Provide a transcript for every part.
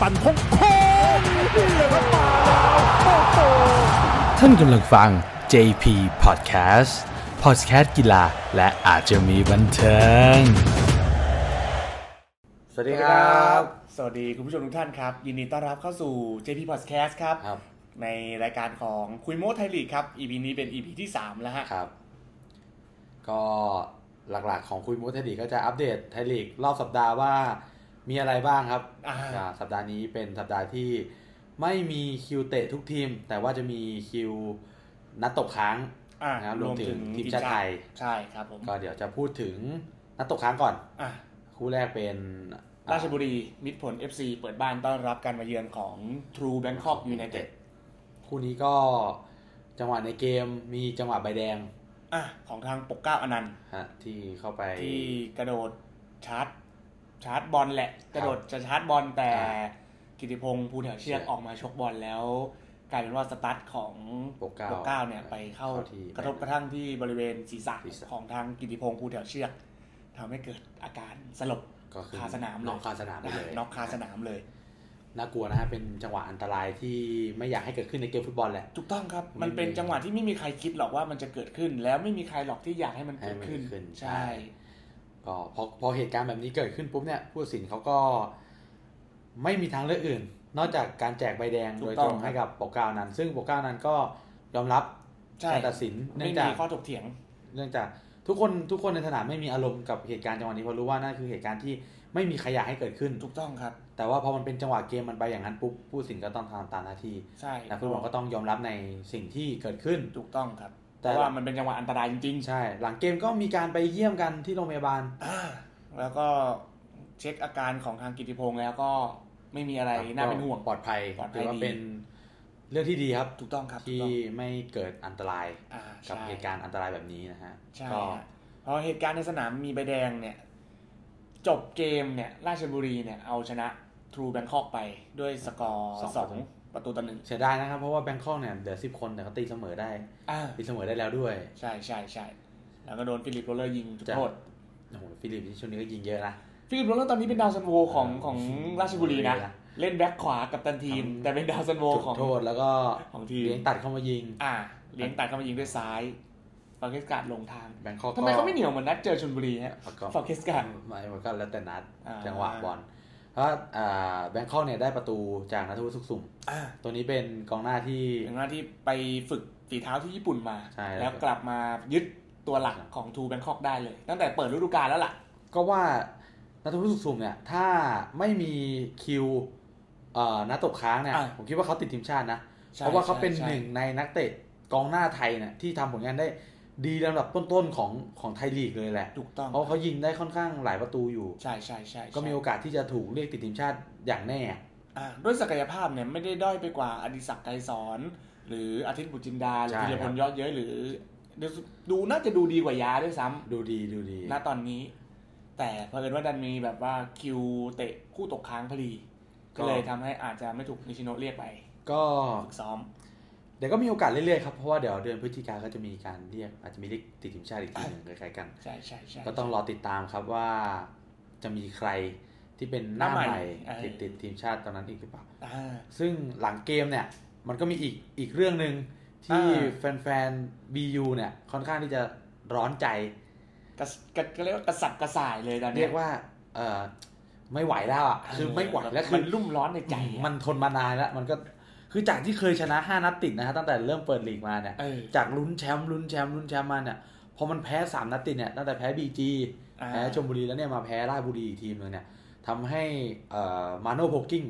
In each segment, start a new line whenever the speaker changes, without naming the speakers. ปั่นโค้งโค้งนี่แหละครับมาแล้วโอ้โห
ท่านกำลังฟัง JP Podcast Podcast กีฬาและอาจจะมีบันเทิง
สวัสดีครับ
สวัสดีคุณผู้ชมทุกท่านครับ ยินดีต้อนรับเข้าสู่ JP Podcast ครับ
ครับ
ในรายการของคุยโม้ไทยลีกครับ EP นี้เป็น EP ที่ 3 แล้วฮะ
ครับ ก็หลักๆของคุยมูทไทยลีกก็จะอัปเดตไทยลีกรอบสัปดาห์ว่ามีอะไรบ้างครับ
อ่า
อ่าสัปดาห์นี้เป็นสัปดาห์ที่ไม่มีคิวเตะทุกทีม แต่ว่าจะมีคิวนัดตกค้าง
อ่ะ
ครับรวมถึงทีมชาติไทย
ใช่ครับผม
ก็เดี๋ยวจะพูดถึงนัดตกค้างก่อน
อ่ะ
คู่แรกเป็นอ่
ราชบุรีมิตรผล FC เปิดบ้านต้อนรับการมาเยือนของ True Bangkok United
คู่นี้ก็จังหวะในเกมมีจังหวะใบแดง
อ่ะของทางปกเกล้าอนันต์
ฮะที่เข้าไป
ที่กระโดดชาร์จชาร์จบอลแหละ กระโดดจะชาร์จบอลแต่
อ่า
กิติพงศ์ภูแถวเชือก
ใช่
ออกมาชกบอลแล้ว กลายเป็นว่าสตาร์ทของ
ปกเกล้า
เกล้าเนี่ยไปเข้า
เข้าที่
กระทบกระทั่งที่บริเวณศีรษะ
ศีรษะ
ของทางกิติพงศ์ภูแถวเชือกทำให้เกิดอาการสลบ
ก็คือ
คาสนามเลย
นอกคาสนามไปเลย
น็อกคาสนามเลย
น่ากลัวนะฮะ เป็นจังหวะอันตรายที่ไม่อยากให้เกิดขึ้นในเกมฟุตบอลแหละ
ถูกต้องครับ
ไม่
มันเป็น
มี
จังหวะที่ไม่มีใครคิดหรอกว่ามันจะเกิดขึ้น แล้วไม่มีใครหรอกที่อยากให้มันเกิดขึ้น
ให้มันเกิดขึ้น
ใช่
ใช่ ก็พอพอเหตุการณ์แบบนี้เกิดขึ้นปุ๊บเนี่ยผู้ตัดสินเขาก็ไม่มีทางเลือกอื่น นอกจากการแจกใบแดงโดยตรงให้กับปกเกล้านั้น ซึ่งปกเกล้านั้นก็ยอมรับ
ใช่
การตัดสินเนื่อ
ไม่
งจา
มี
ก
ข้อถกเถียง
เนื่องจากทุกคนทุกคนในสนามไม่มีอารมณ์กับเหตุการณ์จังหวะนี้เพราะรู้ว่านั่นคือเหตุการณ์ที่ไม่มีใครอยากให้เกิดขึ้น
ถูกต้องครับ
แต่ว่าพอมันเป็นจังหวะเกมมันไปอย่างนั้นปุ๊บผู้ตัดสินก็ต้องทำตามหน้าที่
ใช่
นักฟุตบอลก็ต้องยอมรับในสิ่งที่เกิดขึ้น
ถูกต้องครับเพ
แต่
ราะว่ามันเป็นจังหวะอันตรายจริงๆ
ใช่ หลังเกมก็มีการไปเยี่ยมกันที่โรงพยาบาล
อ่าแล้วก็เช็คอาการของทางกิติพงษ์แล้วก็ไม่มีอะไรน่าเป็นห่วง
ปลอดภัย
ปลอดภัย
ถือว่า
ดี
เป็นเรื่องที่ดีครับ
ถูกต้องครับถูก
ที่
ต้อง
ไม่เกิดอันตราย
อ่า
กับ
ใช่
เหตุการณ์อันตรายแบบนี้นะฮะ
ใช่
ก็
ฮะเพราะเหตุการณ์ในสนามมีใบแดงเนี่ย จบเกมเนี่ย ราชบุรีเนี่ย เอาชนะทรูแบงคอกไปด้วยสกอร์สองประตูต่อหนึ่ง
เสียดายนะครับ เพราะว่าแบงคอกเนี่ยเหลือสิบคนแต่เขาตีเสมอได้
อ่า
ตีเสมอได้แล้วด้วย
ใช่ใช่ใช่แล้วก็โดนฟิลิปโรลเลอร์ยิงจุดโทษ
โอ้โหฟิลิปนี่ช่วงนี้ก็ยิงเยอะนะ
ฟิลิปโรลเลอร์ตอนนี้เป็นดาวซันโวของของราชบุรีนะ
เออ
เล่นแบ็คขวากับตันทีม
ทำ
แต่เป็นดาวซันโว
จุด
ของ
โทษแล้วก็
ของทีม
เลี้ยงตัดเข้ามายิง
อ่าเลี้ยงตัดเข้ามายิงด้วยซ้ายฟาเกสการ์ดลงทาง
แบงคอกก็
ทำไมเขาไม่เหนียวเหมือนนัดเจอชลบุรีฮะ
ประกอบ
ฟอร์เคสการ์ด
ไม่มันก็แล้วแต่นัด
อ่า
จังหวะบอลเพราะว่าอ่าแบงคอกเนี่ยได้ประตูจากนัทวุฒิสุขสุ่ม ตัวนี้เป็นกองหน้าที่
อย่างหน้าที่ไปฝึกฝีเท้าที่ญี่ปุ่นมา
ใช่แล้ว
แล้วกลับมายึดตัวหลักของทูแบงคอกได้เลย ตั้งแต่เปิดฤดูกาลแล้วล่ะ
ก็ว่านัทวุฒิสุขสุ่มเนี่ย ถ้าไม่มีคิวเอ่อนัดตกค้างเนี่ย
อ่ะ
ผมคิดว่าเขาติดทีมชาตินะ
ใช่
เพราะว่าเขาเป็น
ใช่
หนึ่งในนักเตะกองหน้าไทยเนี่ยที่ทำผลงานได้ดีลำดับต้นๆของของไทยลีกเลยแหละ
ถูกต้อง
เพราะเขายิงได้ค่อนข้างหลายประตูอยู่
ใช่ใช่ใช่
ก็มีโอกาสที่จะถูกเรียกติดทีมชาติอย่างแน่
อ่าด้วยศักยภาพเนี่ยไม่ได้ด้อยไปกว่าอดิศักดิ์ไกรสอน หรืออาทิตย์บุญจินดาหรือ
ใช่
ธีรพ
ครั
ล
บ
ยอดเยอะหรือเดี๋ยวดูน่าจะดูดีกว่ายาด้วยซ้ำ
ดูดีดูดี
ณตอนนี้ แต่เผอิญว่าดันมีแบบว่าคิวเตะคู่ตกค้างพอดี
ก็
ก็เลยทำให้อาจจะไม่ถูกนิชิโนะเรียกไป
ก็
ฝึกซ้อม
เดี๋ยวก็มีโอกาสเรื่อยๆครับเพราะว่าเดี๋ยวเดือนพฤศจิกาก็จะมีการเรียกอาจจะมีเรียกติดทีมชาติอีกทีหนึ่งคล้ายๆกัน
ใช่ใช่ใช่
ก็ต้องรอติดตามครับว่าจะมีใครที่เป็นหน้า
หน้า
ให
ใหม่
ม่
เออ
ติดติดทีมชาติตอนนั้นอีกหรือเปล่า
อ่า
ซึ่งหลังเกมเนี่ย มันก็มีอีกอีกเรื่องหนึ่งที่
อ่า
แฟนๆ BU เนี่ยค่อนข้างที่จะร้อนใจ
กระสกระก็เรียกว่ากระสับกระส่ายเลยตอนนี้
เรียกว่าเออไม่ไหวแล้วอ่ะ คือไม่ไหวแล้วคื
มั
อน
รุ่มร้อนในใจอะ
มันทนมานานแล้วมันก็คือจากที่เคยชนะ 5 นัดติดนะฮะตั้งแต่เริ่มเปิดลีกมาเนี่ย
เออ
จากลุ้นแชมป์ลุ้นแชมป์ลุ้นแชมป์มาเนี่ยพอมันแพ้สามนัดติดเนี่ยตั้งแต่แพ้บีจี
อ่า
แพ้ชมบุรีแล้วเนี่ยมาแพ้ราชบุรีอีกทีมหนึงเนี่ยทำให้เอ่อมาโนโพลกิ้ง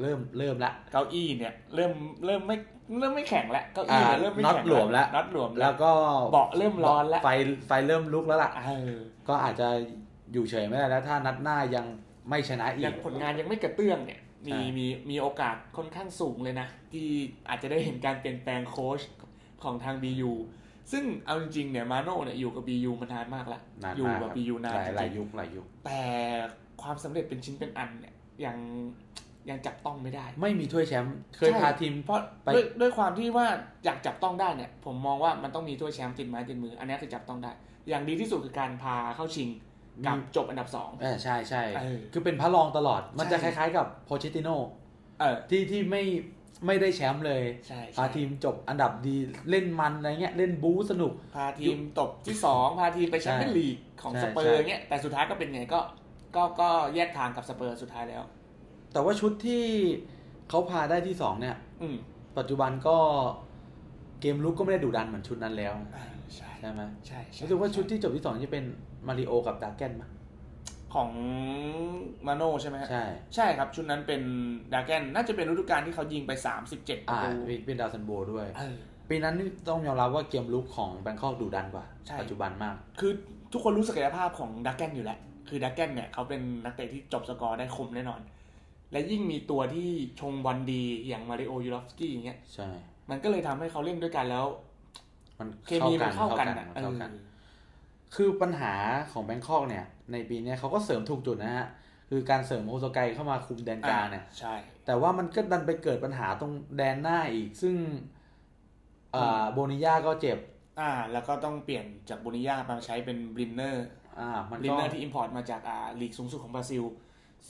เริ่มเริ่มละ
เก้าอี้เนี่ย เริ่มเริ่มไม่เริ่มไม่แข็งแล้วเก้าอี้เนี่ย
อ่า
เริ่มไม่
น็อต
แข็ง
หลวมแล้ว
น็อตหลวมแล้
แล้ว วก็
เบาะเริ่มร้อนแล้ว
ไฟไฟเริ่มลุกแล้วล่ะ
เออ
ก็อาจจะอยู่เฉยไม่ได้แล้วถ้านัดหน้ายังไม่ชนะอี
ยั
ก
งผลงานยังไม่กระเตื้องเนี่ย มี
ใช่
มีมีโอกาสค่อนข้างสูงเลยนะ ที่อาจจะได้เห็นการเปลี่ยนแปลงโค้ชของทาง BU ซึ่งเอาจริงๆเนี่ยมาโน่เนี่ยอยู่กับ BU มานานมากแล้ว
นาน
อยู่
มาก
กับ
ครับ
BU นาน
หลาย
จ
หลา
ริ
ย
ง
ยุคหลายยุค
ๆแต่ความสำเร็จเป็นชิ้นเป็นอันเนี่ยยังยังจับต้องไม่ได้
ไม่มีถ้วยแชมป์เคย
ใช่
พาทีม
เพราะ
ไป
ด้วยด้วยความที่ว่าอยากจับต้องได้เนี่ย ผมมองว่ามันต้องมีถ้วยแชมป์ติดไม้ติดมือ อันนี้คือจับต้องได้ อย่างดีที่สุดคือการพาเข้าชิงกับจบอันดับสอง
เออใช่ใช่
เออ
คือเป็นพระรองตลอดมัน
ใช่
จะคล้ายๆกับโพชิติโน
เออ
ที่ที่ไม่ไม่ได้แชมป์เลย
ใช่
พา
ใช่
ทีมจบอันดับดีเล่นมันอะไรเงี้ยเล่นบู๊สนุก
พาทีมตกที่สองพาทีมไปแชมเปี้ยนลีกของ
ใช่
สเปอ
ใช่
ร์เงี้ยแต่สุดท้ายก็เป็นไงก็ก็ก็แยกทางกับสเปอร์สุดท้ายแล้ว
แต่ว่าชุดที่เขาพาได้ที่สองเนี่ย
อืม
ปัจจุบันก็เกมลุกก็ไม่ได้ดุดันเหมือนชุดนั้นแล้ว
อ่าใช่
ใช่ไหม
ใช่ใช่
รู้สึกว่าชุดที่จบที่สองจะเป็นมาริโอกับดราแกนมั้ย
ของมาโน่ใช่ไหมฮะ
ใช่
ใช่ครับ ชุดนั้นเป็นดราแกนน่าจะเป็นฤดูกาลที่เขายิงไป 37ป
อ่า
ระตู
มีเป็นดาวซันโบด้วย
เออ
ปีนั้นนี่ต้องยอมรับว่าเกมลุกของแบงคอกดุดันกว่า
ใช่
ปัจจุบันมาก
คือทุกคนรู้ศักยภาพของดราแกนอยู่แล้ว คือดราแกนเนี่ยเขาเป็นนักเตะที่จบสกอร์ได้คมแน่นอน และยิ่งมีตัวที่ชงบอลดีอย่างมาริโอยูรอฟสกี้อย่างเงี้ย
ใช่
มันก็เลยทำให้เขาเล่นด้วยกันแล้ว
มัน
เคมีมันเข้ากัน
มั
อ่ะ
เข้ากัน
เออ
คือปัญหาของแบงคอกเนี่ย ในปีเนี้ยเขาก็เสริมถูกจุดนะฮะ คือการเสริมโฮโซไกเข้ามาคุมแดนกลางเนี่ย
ใช่
แต่ว่ามันก็ดันไปเกิดปัญหาตรงแดนหน้าอีก ซึ่งเอ่อโบนิยาก็เจ็บ
อ่า แล้วก็ต้องเปลี่ยนจากบุนิยามาใช้เป็นบลินเนอร์
อ่า มัน
ลินเน
ก็
อร์ที่อิมพอร์ตมาจากอ่าลีกสูงสุดของบราซิล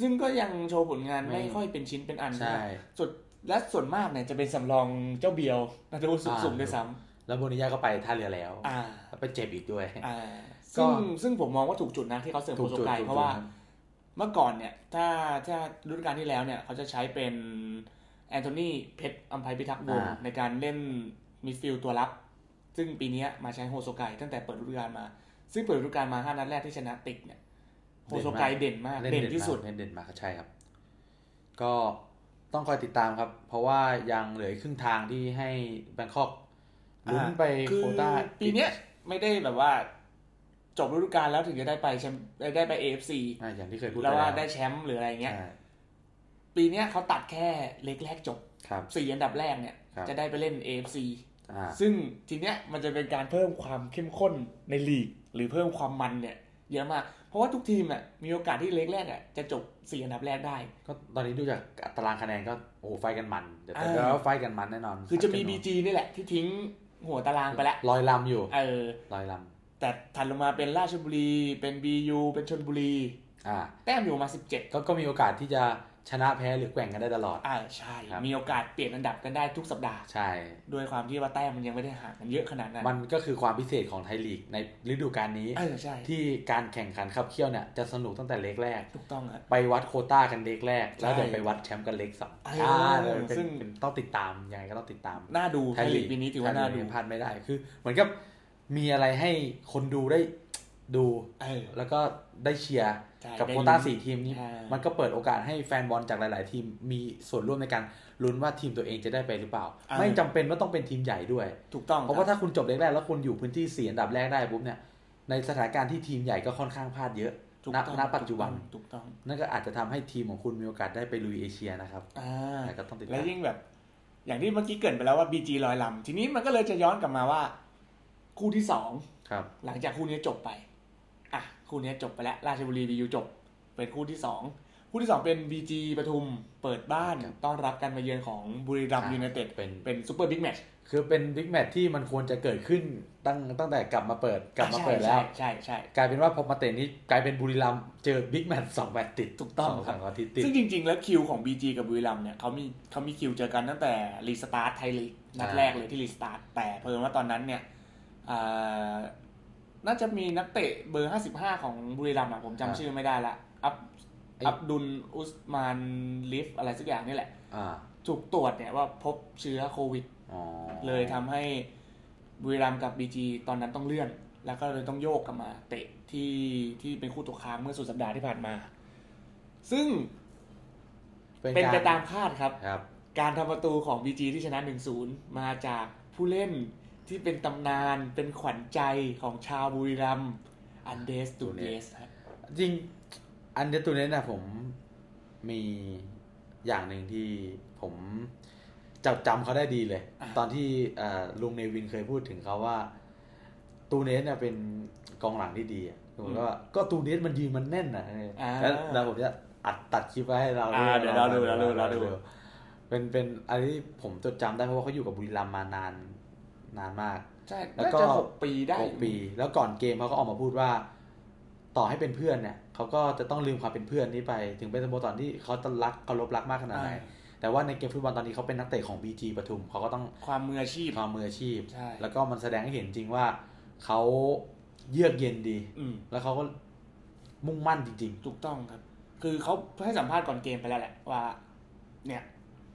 ซึ่งก็ยังโชว์ผลงาน
ไม่
ไม่ค่อยเป็นชิ้นเป็นอัน
ใช่
นะ สุดและส่วนมากเนี่ยจะเป็นสำรองเจ้าเบียว นัทวุฒิสุข
อ่า
สุขด้วยซ้
แล้วโบนิยาก็ไปท่าเรือแล้ว
ำอ่า
แล้วไปเจ็บอีกด้วย
อ่า
ก็
ซึ่งซึ่งผมมองว่าถูกจุดนะที่เขาเสริมโปรตุเกสเพราะว่าเมื่อก่อนเนี่ย ถ้าถ้าฤดูกาลที่แล้วเนี่ย เขาจะใช้เป็นแอนโทนีเพชรอัมภัยพิทักษ์วงศ์
อ่า
ในการเล่นมิดฟิลด์ตัวรับ ซึ่งปีเนี้ยมาใช้โฮโซไกตั้งแต่เปิดฤดูกาลมา ซึ่งเปิดฤดูกาลมาห้านัดแรกที่ชนะติดเนี่ยโฮโซไกเด่นมาก
ล่
เด่นที่สุด
มากเล่นเด่นมากใช่ครับ ก็ต้องคอยติดตามครับ เพราะว่ายังเหลืออีกครึ่งทางที่ให้แบงคอกลุ้นไป
คือ
โควต้า
ปีเนี้ยไม่ได้แบบว่า จบฤดูกาลแล้วถึงจะได้ไปแชมป์ได้ไปเอฟซี
อ่าอย่างที่เคยพูด
แล้ว
ป
ว่าได้แชมป์หรืออะไรเงี้ย
ใช่
ปีเนี้ยเขาตัดแค่เล็กแรกจบ
ครับ
สี่อันดับแรกเนี่ย
ครับ
จะได้ไปเล่นเอฟซี
อ่า
ซึ่งทีเนี้ยมันจะเป็นการเพิ่มความเข้มข้นในลีก หรือเพิ่มความมันเนี่ยเยอะมาก เพราะว่าทุกทีมอ่ะมีโอกาสที่เล็กแรกอ่ะจะจบสี่อันดับแรกได้
ก็ตอนนี้ดูจากตารางคะแนนก็โอ้โหไฟกันมัน เดี๋ยว
อ่า
แต่แล้วาไฟกันมันแน่นอน
คือจะมี
สัก
บี
แน่นน
จีนี่แหละที่ทิ้งหัวตารางไปแล้ว
ลอยลำอยู่
เออ
ลอยล
แต่ถัดลงมาเป็นราชบุรีเป็นบียูเป็นชนบุรี
ำอ่า
แต้มอยู่มา 17
ก็ก็มีโอกาสที่จะชนะแพ้หรือแกว่งกันได้ตลอด
อ่าใช่
ครับ
มีโอกาสเปลี่ยนอันดับกันได้ทุกสัปดาห์
ใช่
ด้วยความที่ว่าแต้มมันยังไม่ได้ห่างกันเยอะขนาดนั้น
มันก็คือความพิเศษของไทยลีกในฤดูกาลนี้
เออใช่
ที่การแข่งขันขับเคี่ยวเนี่ยจะสนุกตั้งแต่เล็กแรก
ถูกต้องอ่ะ
ไปวัดโควต้ากันเล็กแรก แล้ว
ใช่
เดี๋ยวไปวัดแชมป์กันเล็กสอง
เอออ่
อ่าเดี๋ยวเป็น
ซึ่ง
เป็นต้องติดตามยังไงก็ต้องติดตาม
น่าดูไทยลีกปีนี้ถือว่า
ไทย
น่า
ลีก
ดู
พลาดไม่ได้คือ เหมือนกับมีอะไรให้คนดูได้ดู
เออ
แล้วก็ได้เชียร์
ใช่
กับ
ได้
โควต้า
ลุ้น
สี่ทีมนี้
ใช่
มันก็เปิดโอกาสให้แฟนบอลจากหลาย ๆ ทีมมีส่วนร่วมในการลุ้นว่าทีมตัวเองจะได้ไปหรือเปล่า ไม่จำเป็นว่าต้องเป็นทีมใหญ่ด้วย
ถูกต้อง
เพราะว่า
คบ
ถ้าคุณจบแรกๆแล้วคุณอยู่พื้นที่สี่อันดับแรกได้ปุ๊บเนี่ยในสถานการณ์ที่ทีมใหญ่ก็ค่อนข้างพลาดเยอะ
ถูก
ณ
ต้อง
ณปัจจุบัน
ถูกต้อง
นั่นก็อาจจะทำให้ทีมของคุณมีโอกาสได้ไปลุยเอเชียนะครับ
อ่า
แต่ก็ต้องติด
แล้
ตาว ม
ยิ่งแบบ อย่างที่เมื่อกี้เกรินไปแล้วว่าบีจีลอยลำ ทีนี้มันก็เลยจะย้อนกลับมาว่า คู่ที่สอง
ครับ
หลังจากคู่นี้จบไป อ่ะ คู่นี้จบไปแล้ว ราชบุรีบียูจบ เป็นคู่ที่สองคู่ที่สองเป็นบีจีปทุมเปิดบ้าน
ครับ
ต้อนรับการมาเยือนของบุรีรัมย์ยูไนเต็ด
เป็น
เป็นซูเปอร์บิ๊กแมตช
คือเป็นบิ๊กแมตช์ที่มันควรจะเกิดขึ้นตั้งตั้งแต่กลับมาเปิดกลับมาเปิดแล้ว
ใช่ใช่
กลายเป็นว่าพอมาเตะนี้กลายเป็นบุรีรัมย์เจอบิ๊กแมตช์สองแมตช์ติด
ถูกต้อง
ส
ครับ
สามอาทิตย์
ใช่
ติด
ซึ่งจริง ๆ แล้วคิวของ BG กับบุรีรัมย์เนี่ยเขามีเขามีคิวเจอกันตั้งแต่รีสตาร์ทไทยลีกนัดแรกเลยที่รีสตาร์ทแต่เพิ่มว่าตอนนั้นเนี่ยเอ่อน่าจะมีนักเตะเบอร์ 55 ของบุรีรัมย์อะผมจำชื่อไม่ได้ละ อับอับดุลอุสมานลิฟอะไรสักอย่างนี่แหละ
อ่า
ถูกตรวจเนี่ยว่าพบเชื้อโควิด
อ๋อ
เลยทำให้บุรีรัมย์กับบีจีตอนนั้นต้องเลื่อน แล้วก็เลยต้องโยกกลับมาเตะที่ที่เป็นคู่ตกค้างเมื่อสุดสัปดาห์ที่ผ่านมา ซึ่ง
เป็น
เป็นไป
ก
ตาร มคาดครับ
ครับ
การทำประตูของบีจีที่ชนะ 1-0 มาจากผู้เล่นที่เป็นตำนานเป็นขวัญใจของชาวบุรีรัมย์อันเดสตูเนสครับ
จริงอันเดอร์ตูเนสนะผมมีอย่างหนึ่งที่ผมจำจำเขาได้ดีเลย ตอนที่เอ่อลุงเนวินเคยพูดถึงเขาว่า ตูเนสเนี่ยเป็นกองหลังที่ดีอะผมก็ว่าก็ตูเนสมันยืนมันแน่นนะ
อ่า
แล้วแล้วผมจะอัดตัดคลิปไว้ให้เรา
อ่าเดี๋ยวเราดูเราดูเราดู
เป็นเป็นอะไรที่ผมจดจำได้เพราะว่าเขาอยู่กับบุรีรัมย์มานานนานมาก
ใช่
แล้ว
น่า
ก็
จะหกปีได้
หกปี แล้วก่อนเกมเขาก็ออกมาพูดว่า ต่อให้เป็นเพื่อนเนี่ยเขาก็จะต้องลืมความเป็นเพื่อนนี้ไป ถึงเป็นสโมสรที่เขาจะรักเคารพรักมากขนาด
อ่า
ไหน แ แต่ว่าในเกมฟุตบอลตอนนี้เขาเป็นนักเตะของ BG ปทุมเขาก็ต้อง
ความมืออาชีพ
ความมืออาชีพ
ใช่
แล้วก็มันแสดงให้เห็นจริงว่าเขาเยือกเย็นดี
อืม
แล้วเขาก็มุ่งมั่นจริง
ถูกต้องครับ คือเขาให้สัมภาษณ์ก่อนเกมไปแล้วแหละว่า เนี่ย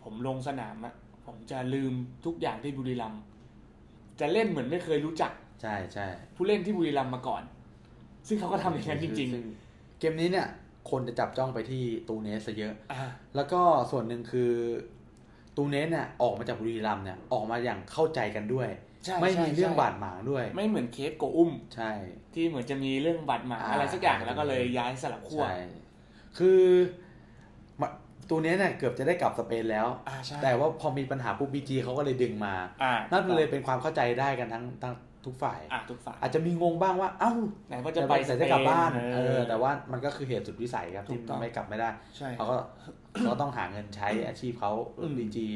ผมลงสนามอะผมจะลืมทุกอย่างที่บุรีรัมย์จะเล่นเหมือนไม่เคยรู้จัก
ๆ ใช่ใช่
ผู้เล่นที่บุรีรัมย์มาก่อน ซึ่งเขาก็ทำอย่างนั้นจริง
ซึ่เกมนี้เนี่ย คนจะจับจ้องไปที่ตูเนสซะเยอะ
ๆอ่า
แล้วก็ส่วนหนึ่งคือตูเนสเนี่ยออกมาจากบุรีรัมย์เนี่ยออกมาอย่างเข้าใจกันด้วย
ใช่
ไม่
ใช่
มีเรื่อง
ใช่
บาดหมางด้วย
ไม่เหมือนเคสโกอุ้ม
ใช่
ที่เหมือนจะมีเรื่องบาดหมาง
อ่า
อะไรสักอย่างแล้วก็เลยย้ายสลับขั้ว
ใช่ คือมาตูเนสเนี่ยเกือบจะได้กลับสเปนแล้ว
อ่าใช่
แต่ว่าพอมีปัญหาปุ๊บบีจีเขาก็เลยดึงมา
อ่านั่
นั่นเลยเป็นความเข้าใจได้กันทั้งทั้งทุกฝ่าย
อ่าทุกฝ่าย
อาจจะมีงงบ้างว่า เอ้า
ไหนว่าจะไป
แต่จะกลับบ้าน
สเป
เออ แต่ว่ามันก็คือเหตุสุดวิสัยครับ
ถู
ที่
กต้อง
ไม่กลับไม่ได้
ใช่
เขาก็ เขาต้องหาเงินใช้อาชีพเขา
อืม
บีจี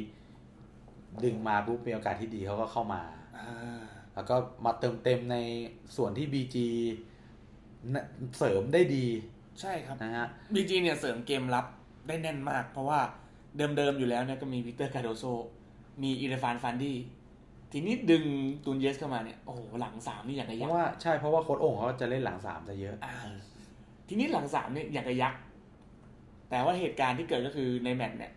ดึงมาปุ๊บมีโอกาสที่ดีเขาก็เข้ามา
อ่า
แล้วก็มาเติมเต็มในส่วนที่บีจีเสริมได้ดี
ใช่ครับ
นะฮะ
บีจีเนี่ยเสริมเกมรับได้แน่นมาก เพราะว่าเดิมๆอยู่แล้วเนี่ยก็มีวิกเตอร์คาโดโซ มีอีเลฟานฟันดี้ทีนี้ดึงตูนเยสเข้ามาเนี่ย โอ้โห หลังสามนี่อย่างกระ
เพ
ยัก
ราะ
ษ์
ว่าใช่เพราะว่าโค้ดโอ่งเขาจะเล่นหลังสามซะเยอะ
อ่าทีนี้หลังสามเนี่ยอย่างกระยักษ์แต่ว่าเหตุการณ์ที่เกิดก็คือในแมตช์เนี่ย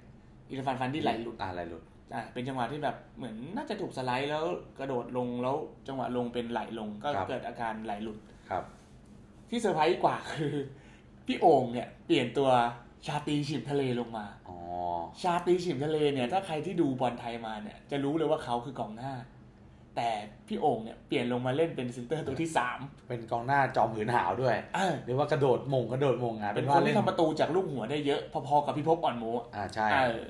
อีเลฟานฟันดี้ไหลหลุด
อ่าไหลหลุด
อ่าเป็นจังหวะที่แบบเหมือนน่าจะถูกสไลด์แล้วกระโดดลงแล้วจังหวะลงเป็นไหลลงก็
ครับ
เกิดอาการไหลหลุด
ครับ
ที่เซอร์ไพรส์กว่าคือพี่โอ่งเนี่ยเปลี่ยนตัวชาตรีฉิมทะเลลงมา
อ๋อ
ชาตรีฉิมทะเลเนี่ยถ้าใครที่ดูบอลไทยมาเนี่ยจะรู้เลยว่าเขาคือกองหน้า แต่พี่โอ่งเนี่ยเปลี่ยนลงมาเล่นเป็นเซนเตอร์ตัวที่สาม
เป็นกองหน้าจอมหืนหาวด้วย
เออ
หรือว่ากระโดดมงกระโดดมงอ่ะ
เป็นค
ว่าน ล่
ที่ทำประตูจากลูกหัวได้เยอะ พอๆกับพี่ภพบอ่อนโมอะ
อ่าใช่
เออ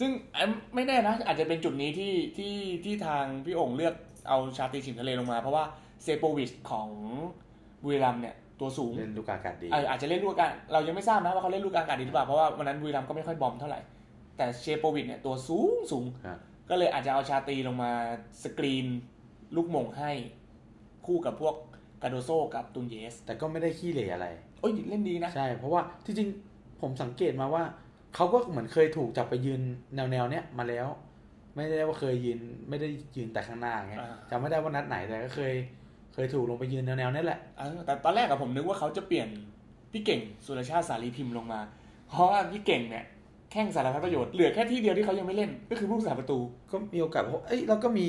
ซึ่งเอิ่มไม่แน่นะ อาจจะเป็นจุดนี้ที่ที่ที่ทางพี่โอ่งเลือกเอาชาตรีฉิมทะเลลงมา เพราะว่าเซโปวิชของบุรีรัมย์เนี่ยตัวสูง
เล่นลูกอากาศดี
เอออาจจะเล่นลูกอากาศเรายังไม่ทราบนะว่าเขาเล่นลูกอากาศดีหรือเปล่าเพราะว่าวันนั้นบุรีรัมย์ก็ไม่ค่อยบอมเท่าไหร่แต่เชโปวิชเนี่ยตัวสูงสูง
ครับ
ก็เลยอาจจะเอาชาตรีลงมาสกรีนลูกหม่งให้คู่กับพวกกาโดโซกับตุนเยส
แต่ก็ไม่ได้ขี้เหร่อะไร
เอ้ยเล่นดีนะ
ใช่ เพราะว่าที่จริงผมสังเกตมาว่า เขาก็เหมือนเคยถูกจับไปยืนแนวแนวๆเนี้ยมาแล้ว ไม่ได้ว่าเคยยืนไม่ได้ยืนแต่ข้างหน้าไง
อ่า
จำไม่ได้ว่านัดไหนแต่ก็เคย เคยถูกลงไปยืนแนวแนวๆนี้แหละ
เออแต่ตอนแรกอะผมนึกว่าเขาจะเปลี่ยนพี่เก่งสุรชาติสารีพิมพ์ลงมา เพราะว่าพี่เก่งเนี่ยแข่งสารพัดประโยชน์เหลือแค่ที่เดียวที่เขายังไม่เล่น ก็คือผู้รักษาประตู
ก็มีโอกาสเพราะเอ้ยแล้วก็มี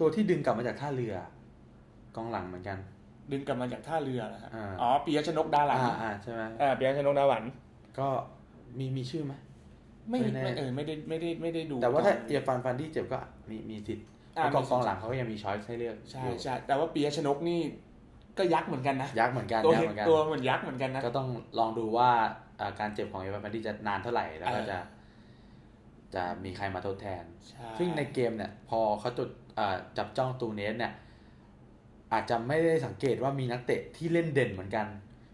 ตัวที่ดึงกลับมาจากท่าเรือ กองหลังเหมือนกัน
ดึงกลับมาจากท่าเรือนะฮะ
อ่า
อ๋อปียชนกดาหลัน
อ่าอ่าใช่ไหม
อ่าปียชนกดาหวัน
ก็มีมีชื่อไหม
ไม่
ไม่แน่
ไม่เออไม่ได้ไม่ได้ไม่ได้ดู
แต่ว่า
ต
ถ้า
อน
เอียฟันฟันที่เจ็บก็มีมีสิทธิ์
อ่า
แล้วก็กองหลังเขาก็ยังมีช้อยส์ให้เลือก
ใช่
อยู่
ใช่แต่ว่าปียชนกนี่ก็ยักษ์เหมือนกันนะ
ยักษ์เหมือนกัน
ตัว
ยักษ์เหมือนกัน
ตัวเหมือนยักษ์เหมือนกันนะ
ก็ต้องลองดูว่าอ่าการเจ็บของเอเวอร์แมนดี้จะนานเท่าไหร่ แล้วก็
เออ
จะ จะมีใครมาทดแทน
ใช่
ซึ่งในเกมเนี่ย พอเขาจุดอ่าจับจ้องตูเนสเนี่ย อาจจะไม่ได้สังเกตว่ามีนักเตะที่เล่นเด่นเหมือนกัน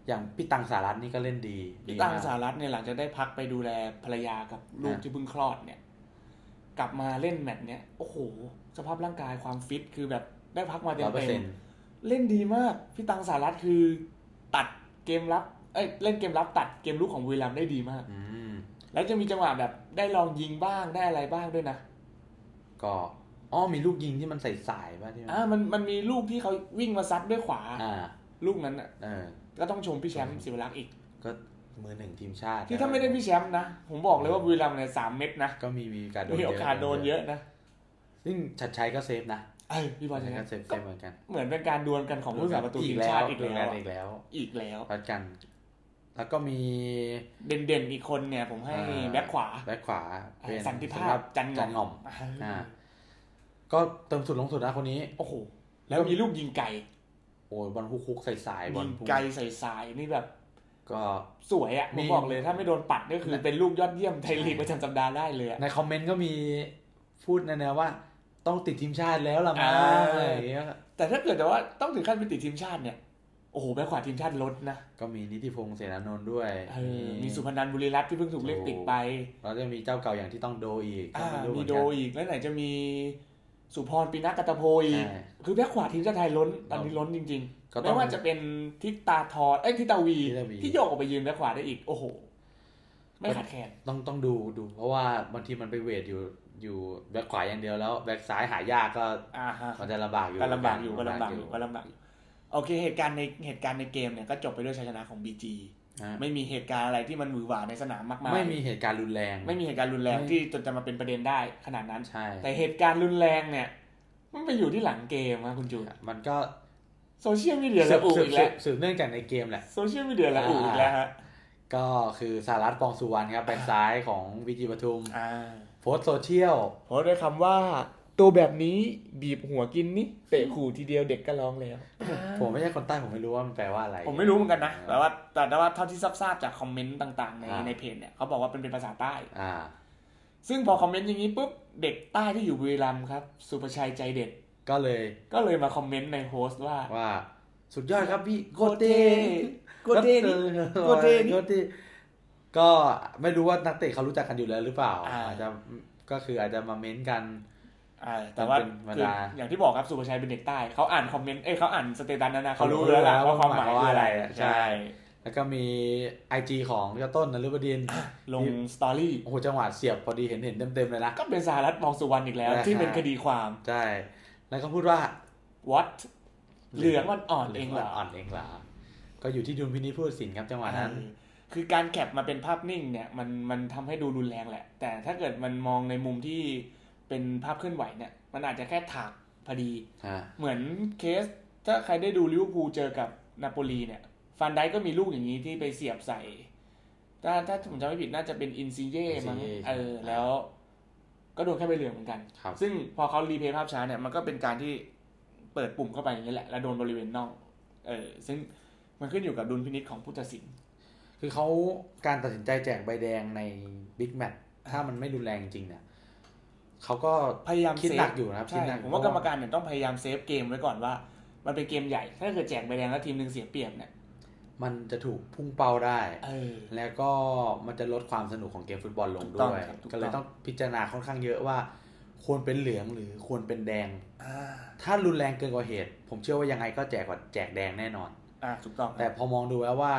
อย่างพี่ตังสารัตน์นี่ก็เล่นดี
พี่ตัง
ดีมาก
สารัตน์เนี่ยหลังจากได้พักไปดูแลภรรยากับลูก
อ่ะ
ที่เพิ่งคลอดเนี่ย กลับมาเล่นแมตช์เนี่ยโอ้โห สภาพร่างกายความฟิตคือแบบได้พักมาเต็
ร้อ
ม
ยเปอร์เซ็นต์
ๆเล่นดีมากพี่ตังสารัตน์คือตัดเกมรับเอ้ยเล่นเกมรับตัดเกมลุกของบุรีรัมย์ได้ดีมาก
อืม
แล้วจะมีจังหวะแบบได้ลองยิงบ้างได้อะไรบ้างด้วยนะ
ก็อ๋อมีลูกยิงที่มันใส่สายป่ะที่มัน
อ่ามันมันมีลูกที่เขาวิ่งมาซัดด้วยขวา
อ่า
ลูกนั้นน่ะ
เออ
ก็ต้องชมพี่แชมป์ศิวรักษ์อีก
ก็มือหนึ่งทีมชาติ
ที่ถ้าไม่ได้พี่แชมป์นะผมบอกเลยว่าบุรีรัมย์เนี่ยสามเม็ดนะ
ก็มีมีโอกาสโดน
มีโอกาสโดนเยอะนะ
ซึ่งชัดชัยก็เซฟนะ
เอ้ยพี่บอลช
ชัดชัย
นะ
ก็เซฟเซฟเหมือนกัน
เหมือนเป็นการดวลกันของผู้สาประตูทีมชาติอีกแล้ว
อีกแล้ว
อีกแล้ว
พัดกัน แล้วก็มี
เด่นๆอีกคนเนี่ย ผมให้
อ่า
แบ็คขวา
แบ็คขวาเป็น
สันติภาพ
สำหรับ
จันห
จันห
ง่
ง่
อ
อ
ม
ม อ่า ก็เติมสุดลงสุดนะคนนี้
โอ้โห แล้วมีลูกยิงไก่
โอ้ยบอลฮุกฮุกใส่สายบอ
ยิ
ล
ง
พุ่ง
ไก่ใส่สายนี่แบบ
ก็
สวยอ่ะ ผ
มี
มบอกเลยถ้าไม่โดนปัดก็คือเป็นลูกยอดเยี่ยมไทยลีกประจำสัปดาห์ได้เลยอะ
ในคอมเมนต์ก็มีพูดแนวๆว่า ต้องติดทีมชาติแล้วล่ะมั้ง
อ่า
อะไรอย่างเงี้ย
แต่ถ้าเกิดแต่ว่าต้องถึงขั้นเป็นติดทีมชาติเนี่ย โอ้โหแบ็คขวาทีมชาติลดนะ
ก็มีนิติพงษ์เสนานนท์ด้วย
เออมีสุพนันบุรีรัตน์ที่เพิ่งถูกเรียกติดไป
แล้วจะมีเจ้าเก่าอย่างที่ต้องโดอีกก็
อ่า
ไรู้เห
มี
อน
โด
กัน
อีกแล้วไหนจะมีสุพรปีนักกัตโพอีก
ใช่
คือแบ็คขวาทีมชาติไทยล้นตอนนี้ล้นจริง
ก็
ๆ
ต้
ไม่
อง
ว่าจะเป็นทิตาทอเอ้ยทิตาวี
ทิตาวี
ที่โยกออกไปยืนแบ็คขวาได้อีก โอ้โห ไม่ขาดแคลน
ต้องต้องดูดู เพราะว่าบางทีมันไปเวทอยู่อยู่แบ็คขวาอย่างเดียวแล้วแบ็คซ้ายหายากก็
อ่าฮะ
มันจะลำบากอยู่
ก็ลำบากอยู่ก็ลำบากอยู่ก็ลำบากอยู่โอเคเหตุการณ์ในเหตุการณ์ในเกมเนี่ยก็จบไปด้วยชัยชนะของ BG
ฮะ
ไม่มีเหตุการณ์อะไรที่มันหวือหวาในสนามมากมาย
ไม่มีเหตุการณ์รุนแรง
ไม่มีเหตุการณ์รุนแรง
ไม่
ที่จนจะมาเป็นประเด็นได้ขนาดนั้น
ใช่
แต่เหตุการณ์รุนแรงเนี่ย มันไปอยู่ที่หลังเกมนะคุณจูน
มันก็
โซเชียลมีเดียละอุ
สืบ
อีกแล้ว
สืบสืบเนื่องจากในเกมแหละ
โซเชียลมีเดียละอุอีกแล้วฮะ
ก็คือสารัตปองสุวรรณครับแบ็คซ้ายของวิจิปทุม
อ่า
โพสต์โซเชียล
โพสต์ด้วยคำว่า ตัวแบบนี้บีบหัวกินนี่เตะขู่ทีเดียวเด็กก็ร้องแล้ว
ผมไม่ใช่คนใต้ผมไม่รู้ว่ามันแปลว่าอะไร
ผมไม่รู้เหมือนกันนะแต่ว่าแต่ว่าเท่าที่ทราบๆจากคอมเมนต์ต่างๆใน
อ่า
ในเพจเนี่ยเขาบอกว่าเป็นเป็นภาษาใต้
อ่า
ซึ่งพอคอมเมนต์อย่างนี้ปุ๊บเด็กใต้ที่อยู่บุรีรัมย์ครับ สุประชัยใจเด็ด
ก็เลย
ก็เลยมาคอมเมนต์ในโพสต์ว่า
ว่าสุดยอดครับพี่โกเต
โกเต้นี่
โก
โกเต้
เต้
นี่
โกเต้ก็ไม่รู้ว่านักเตะเขารู้จักกันอยู่แล้วหรือเปล่า
อ่า
อาจจะก็คืออาจจะมาเม้นกัน
อ่าแต่ว่า
เป็นธรรมดา
คืออย่างที่บอกครับสุประชัยเป็นเด็กใต้เขาอ่านคอมเมนต์เอ้ยเขาอ่านสเตตัสนั้นนะเขารู้
เข
แล้วล่ะว่าความหมายคืออะไร
อะ
ใช่
แล้วก็มี IG ของเจ้าต้นนฤบ ดินทร์
ลงสตอรี่
โอ้โหจังหวะเสียบพอดีเห็นเห็นเต็มๆเลยนะ
ก็เป็นสารัฐมองสุวรรณอีกแล้ว
นะฮะ
ที่เป็นคดีความ
ใช่ แล้วก็พูดว่า
what เหลืองมันอ่อนเองเหรอ
อ่อนเองเหรอก็อยู่ที่ดุลพินิจผู้ตัดสินครับจังหวะนั้น
เออคือการแคปมาเป็นภาพนิ่งเนี่ยมันมันทำให้ดูรุนแรงแหละ แต่ถ้าเกิดมันมองในมุมที่เป็นภาพเคลื่อนไหวเนี่ยมันอาจจะแค่ถากพอดี
ฮะ
เหมือนเคสถ้าใครได้ดูลิเวอร์พูลเจอกับนาโปลีเนี่ยฟานไดก็มีลูกอย่างนี้ที่ไปเสียบใส่ ถ้าถ้าผมจำไม่ผิดน่าจะเป็นอินซิเย่มั้ง
Insigne ใช่
เออ แล้ว ก็โดนแค่ใบเหลืองเหมือนกัน
ครับ
ซึ่งพอเขารีเพย์ภาพช้าเนี่ยมันก็เป็นการที่เปิดปุ่มเข้าไปอย่างนี้แหละ แล้วโดนบริเวณน่องเออ ซึ่งมันขึ้นอยู่กับดุลพินิษของผู้ตัดสิน
คือเขาการตัดสินใจแจกใบแดงในบิ๊กแมตช์ถ้ามันไม่รุนแรงจริงเนี่ยเขาก็
พยายาม
คิด
เซฟ
หนักอยู่นะครับคิด
ใช่
หนัก
ผมว่ากรรมการเนี่ยต้องพยายามเซฟเกมไว้ก่อนว่า มันเป็นเกมใหญ่ถ้าเกิดแจกใบแดงแล้วทีมหนึ่งเสียเปรียบเนี่ย
มันจะถูกพุ่งเป้าได้
เออ
แล้วก็มันจะลดความสนุกของเกมฟุตบอลลง
ถูกต้
ด้
อง
วย
ครับถูกต้อง
ก็เลยต้องพิจารณาค่อนข้างเยอะว่า ควรเป็นเหลืองหรือควรเป็นแดง
อ่า
ถ้ารุนแรงเกินกว่าเหตุ ผมเชื่อว่ายังไงก็แจกกว่าแจกแดงแน่นอน
อ่าถูกต้อง
แต่พอมองดูแล้วว่า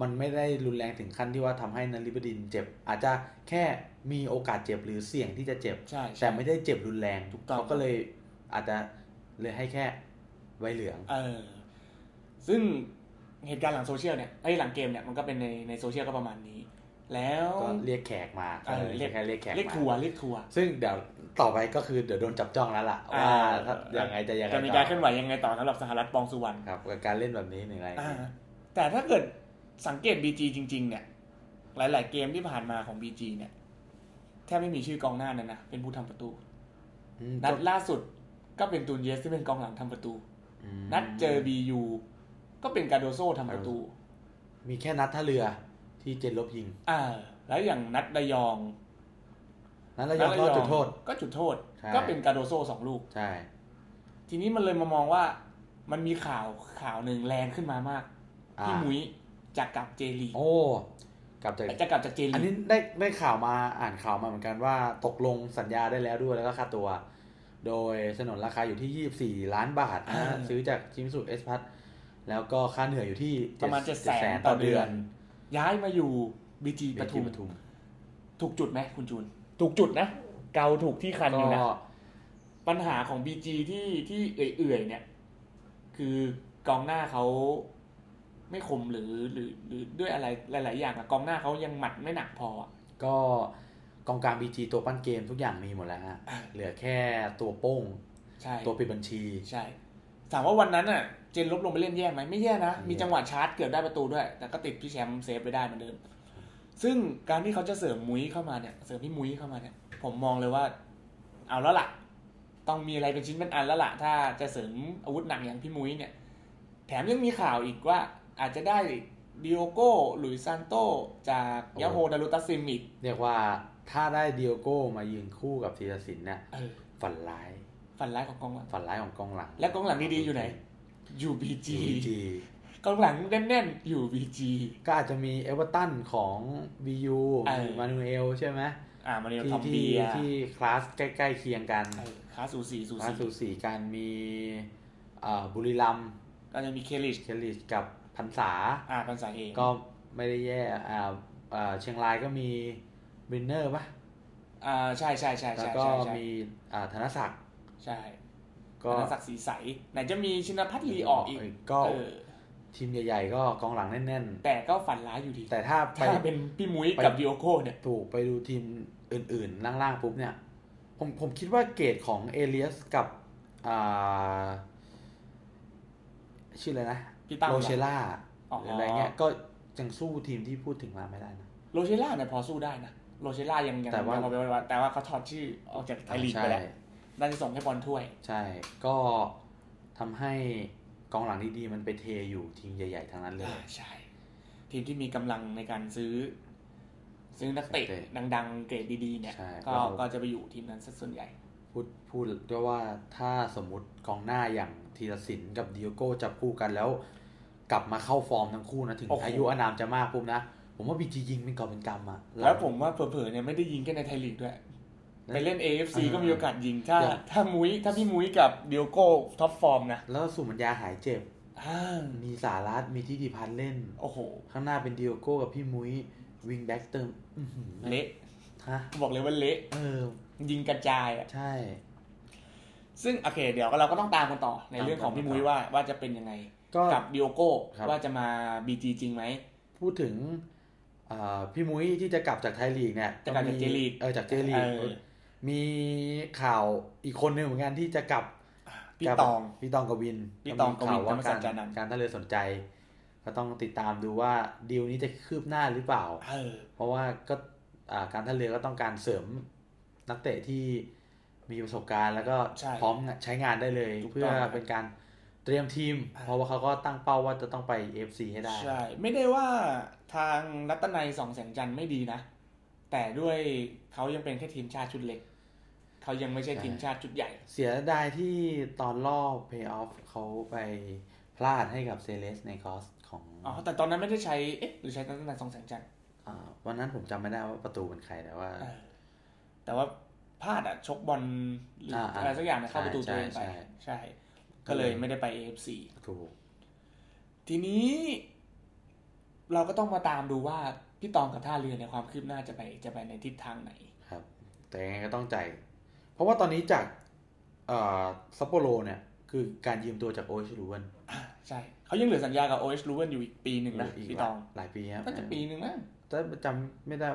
มันไม่ได้รุนแรงถึงขั้นที่ว่าทำให้นริบดินเจ็บ อาจจะแค่มีโอกาสเจ็บหรือเสี่ยงที่จะเจ็บ
ใช่ใช่
แต่ไม่ได้เจ็บรุนแรง
ถูกต้อง
เขาก็เลยอาจจะเลยให้แค่ใบเหลือง
เออ ซึ่งเหตุการณ์หลังโซเชียลเนี่ยไอ้ยหลังเกมเนี่ยมันก็เป็นในในโซเชียลก็ประมาณนี้ แล้ว
ก็เรียกแขกมา
เออเรียก
แค่เรียกแขก
เรียก
มา
ทัวร์เรียกทัวร์
ซึ่งเดี๋ยวต่อไปก็คือเดี๋ยวโดนจับจ้องแล้วล่ะ
อ่า
ว่าถ้ายังไงจะยังไง
จะมีการเคลื่อนไหวยังไงต่อสำหรับสหรัฐปองสุวรรณ
ครับกับการเล่นแบบนี้หนึ่งอะไร
อ่าแต่ถ้าเกิดสังเกตบีจีจริง ๆ เนี่ย หลาย ๆ เกมที่ผ่านมาของบีจีเนี่ยแทบไม่มีชื่อกองหน้าเลยนะ เป็นผู้ทำประตู
อืม
นัด
ก็
ล่าสุดก็เป็นตูนเยสที่เป็นกองหลังทำประตู
อืม
นัดเจอบียูก็เป็นการโดโซทำประตู
มีแค่นัดท่าเรือที่เจนลบยิง
อ่า แล้วอย่างนัดระยอง
นั้นระยองก็จุดโทษ
ก็จุดโทษ
ใช่
ก็เป็นการโดโซสองลูก
ใช่
ทีนี้มันเลยมามองว่า มันมีข่าวข่าวหนึ่งแรงขึ้นมามาก
อ่า
พี่มุ้ยจากกลับเจลีก
โอ้กลับจาก
จะกลับจากเจลี
อัน
ก
นี้ได้ได้ข่าวมาอ่านข่าวมาเหมือนกันว่าตกลงสัญญาได้แล้วด้วยแล้วก็ค่าตัว โดยสนนราคาอยู่ที่ 24 ล้านบาทนะฮะซื้อจากชิมสุเอสพัทแล้วก็ค่าเหนื่อยอยู่ที่
ประมาณเจ็ดแสน
700,000
ต่อเดือน ย้ายมาอยู่บีจีป
ป
ทุ
ทุ
ม
มปทุม
ถูกจุดไหมคุณจูน ถูกจุดนะ เกาถูกที่คันอยู่นะ
ก็
ปัญหาของบีจีที่ที่เอื่อยๆเนี่ย คือกองหน้าเขาไม่คมหรือหรือหรือด้วยอะไรหลาย ๆ อย่างอะกองหน้าเขายังหมัดไม่หนักพออะ
ก็กองกลางบีจีตัวปั้นเกมทุกอย่างมีหมดแล้วฮะ
อ่า
เหลือแค่ตัวโป้ง
ใช่
ตัวปิดบัญชี
ใช่ ถามว่าวันนั้นน่ะ เจนลบลงไปเล่นแย่ไหมไม่แย่นะ
ไม่แย่
มีจังหวะชาร์จเกือบได้ประตูด้วย แต่ก็ติดพี่แชมป์เซฟไปได้เหมือนเดิม ซึ่งการที่เขาจะเสริมมุ้ยเข้ามาเนี่ย เสริมพี่มุ้ยเข้ามาเนี่ย ผมมองเลยว่า เอาแล้วล่ะ ต้องมีอะไรเป็นชิ้นเป็นอันแล้วล่ะ ถ้าจะเสริมอาวุธหนักอย่างพี่มุ้ยเนี่ย แถมยังมีข่าวอีกว่าอาจจะได้ดิโอโก้หลุยซานโตจากยาโฮดารุตัสซิมอีก
เรียกว่าถ้าได้เดียโก้มายืนคู่กับธีรศิลป์เนี่ย
เออ
ฝันร้าย
ฝันร้ายของกองหลัง
ฝันร้ายของกองหลัง
และกองหลังดีๆอยู่ไหน อยู่บีจี
บีจี
กองหลังแน่นๆอยู่บีจี
ก็อาจจะมีเอเวอร์ตันของบียู
เออ
มานูเอลใช่ไหม
อ่ามาเรียล
ที่
ทอมเบี
ที่
ย
ที่คลาสใกล้ ๆ เคียงกัน
คาสูสีสู
คลาส
สี
สูสีกันมีเอ่อบุรีรัมย์
ก็จะมีเคลิช
เคลลิชกับพันษา
อ่าพันษาเอง
ก็ไม่ได้แย่อ่า เอ่อเชียงรายก็มีวินเนอร์ปะ
อ่าใช่ใช่ใช่
แล้ว
ใช่
ก็
ใช่ใช่
มีอ่าธนศักดิ์
ใช่
ก็
ธนศักดิ์ศรีใสไหนจะมีชินพัฒน์ลีออกอีก
ก็
เออ
ทีมใหญ่ๆ ก็กองหลังแน่น
แต่ก็ฝันร้ายอยู่ดี
ๆ แต่ถ้าไป
ถ้าเป็นพี่มุ้ย
ไป
กับดิโอโก้เนี่ย
ถูกไปดูทีมอื่นๆ ล่างๆ ปุ๊บเนี่ย ผมผมคิดว่าเกรดของเอเลียสกับอ่าชื่ออะไรนะ
พี่ตั้มเหร
โร
อ
เชล่า
อ๋อ
หรืออะไรเงี้ย ก็ยังสู้ทีมที่พูดถึงมาไม่ได้นะ
โรเชล่าเนี่ยพอสู้ได้นะโรเชล่ายังยัง
แต่ว่า
ยังพอไปว่าแต่ว่าเขาถอดชื่อออกจากไทยลีกไปแล้ว
ใช่
น่าจะส่งให้บอลถ้วย
ใช่ ก็ทำให้กองหลังดีๆ มันไปเทอยู่ทีมใหญ่ๆ ทั้งนั้นเลย
อ่าใช่ ทีมที่มีกำลังในการซื้อ ซื้อนักเตะ
นักเตะ
ดังๆ เกรดดีๆเนี่ย
ใช่
ก็
ก็
ก็จะไปอยู่ทีมนั้นซะส่วนใหญ่
พูดพูดด้วยว่าถ้าสมมติกองหน้าอย่างธีรศิลป์กับดิโอโก้จับคู่กันแล้ว กลับมาเข้าฟอร์มทั้งคู่นะ ถึง
โอ้โห
อายุอานามจะมากปุ๊บนะ ผมว่าบีจียิงเป็นกอบเป็นกำอะเรา
แล้วผมว่าเผลอๆเนี่ยไม่ได้ยิงแค่ในไทยลีกด้วย ไปเล่น AFC
อ่า
ก็มีโอกาสยิง ถ้า
อย่าง
ถ้ามุ้ยถ้าพี่มุ้ยกับเดียโก้ท็อปฟอร์มนะ
แล้วสุมัญญาหายเจ็บ
อ่า
มีสารัตมีทิติพันธ์เล่น
โอ้โห
ข้างหน้าเป็นดิโอโก้กับพี่มุ้ยวิงแบ็กเติมอื้อหือ
เละ
ฮะ
บอกเลยว่าเละ
เออ
ยิงกระจายอะ
ใช่
ซึ่งโอเค เดี๋ยวเราก็ต้องตามกันต่อในเรื่องของพี่มุ้ยว่าว่าจะเป็นยังไง
ก็
กับเดียโก้
ครับ
ว่าจะมาบีจีจริงไหม
พูดถึงเอ่อพี่มุ้ยที่จะกลับจากไทยลีกเนี่ย
จะกลับจาก
มี
เจลีก
เออจากเจลีก
เออ
มีข่าวอีกคนหนึ่งเหมือนกันที่จะกลับ
พี่
กลับ
ตอง
พี่ตองกวิน
พี่ตองกวิน
มีข่าวว่า
ธรรมศา
การ
สตร์จานันท์
การท่าเรือสนใจ ก็ต้องติดตามดูว่าดีลนี้จะคืบหน้าหรือเปล่า
เออ
เพราะว่าก็อ่าการท่าเรือก็ต้องการเสริมนักเตะที่มีประสบการณ์ แล้วก็
ใช่
พร้อมใช้งานได้เลย
ถูกต้อง
เพื่อเป็นการเตรียมทีม
อ่า
เพราะว่าเขาก็ตั้งเป้าว่าจะต้องไป FC ให้ได้
ใช่ไม่ได้ว่าทางรัตนัยสองแสงจันทร์ไม่ดีนะ แต่ด้วยเขายังเป็นแค่ทีมชาติชุดเล็ก เขายังไม่ใช่ทีมชาติชุดใหญ่
เสียดายที่ตอนรอบเพย์ออฟเขาไปพลาดให้กับเซเลสในคอสของ
อ๋อ แต่ตอนนั้นไม่ได้ใช้เอ๊ะหรือใช้รัตนัยสองแสงจันทร์
าวันนั้นผมจำไม่ได้ว่าประตูเป็นใครแต่ว่า
เออแต่ว่าพลาดอะชกบอลหรือ
อ่าอ่า
อะไรสักอย่างนะเข้า
ใช่
ประตูตัวเองไป
ใช่ใช่
ใช่ ก็เลยไม่ได้ไป AFC
ถูก
ทีนี้ เราก็ต้องมาตามดูว่าพี่ตองกับท่าเรือในยความคืบหน้าจะไปจะไปในทิศทางไหน
ครับ แต่ยังไงก็ต้องใจายเพราะว่าตอนนี้จากเอ่อซัปโปโรเนี่ย คือการยืมตัวจากโอชิรูเวน
อ่าใช่เขายังเหลือสัญญากับ OH Ruben อยู่อีกปีหนึ่งนะ
อีก
พี่
ห
ต
ลา
อย ง
หลายปีครับ
น่าจะปีหนึ่งนะ
แต่จำไม่ได้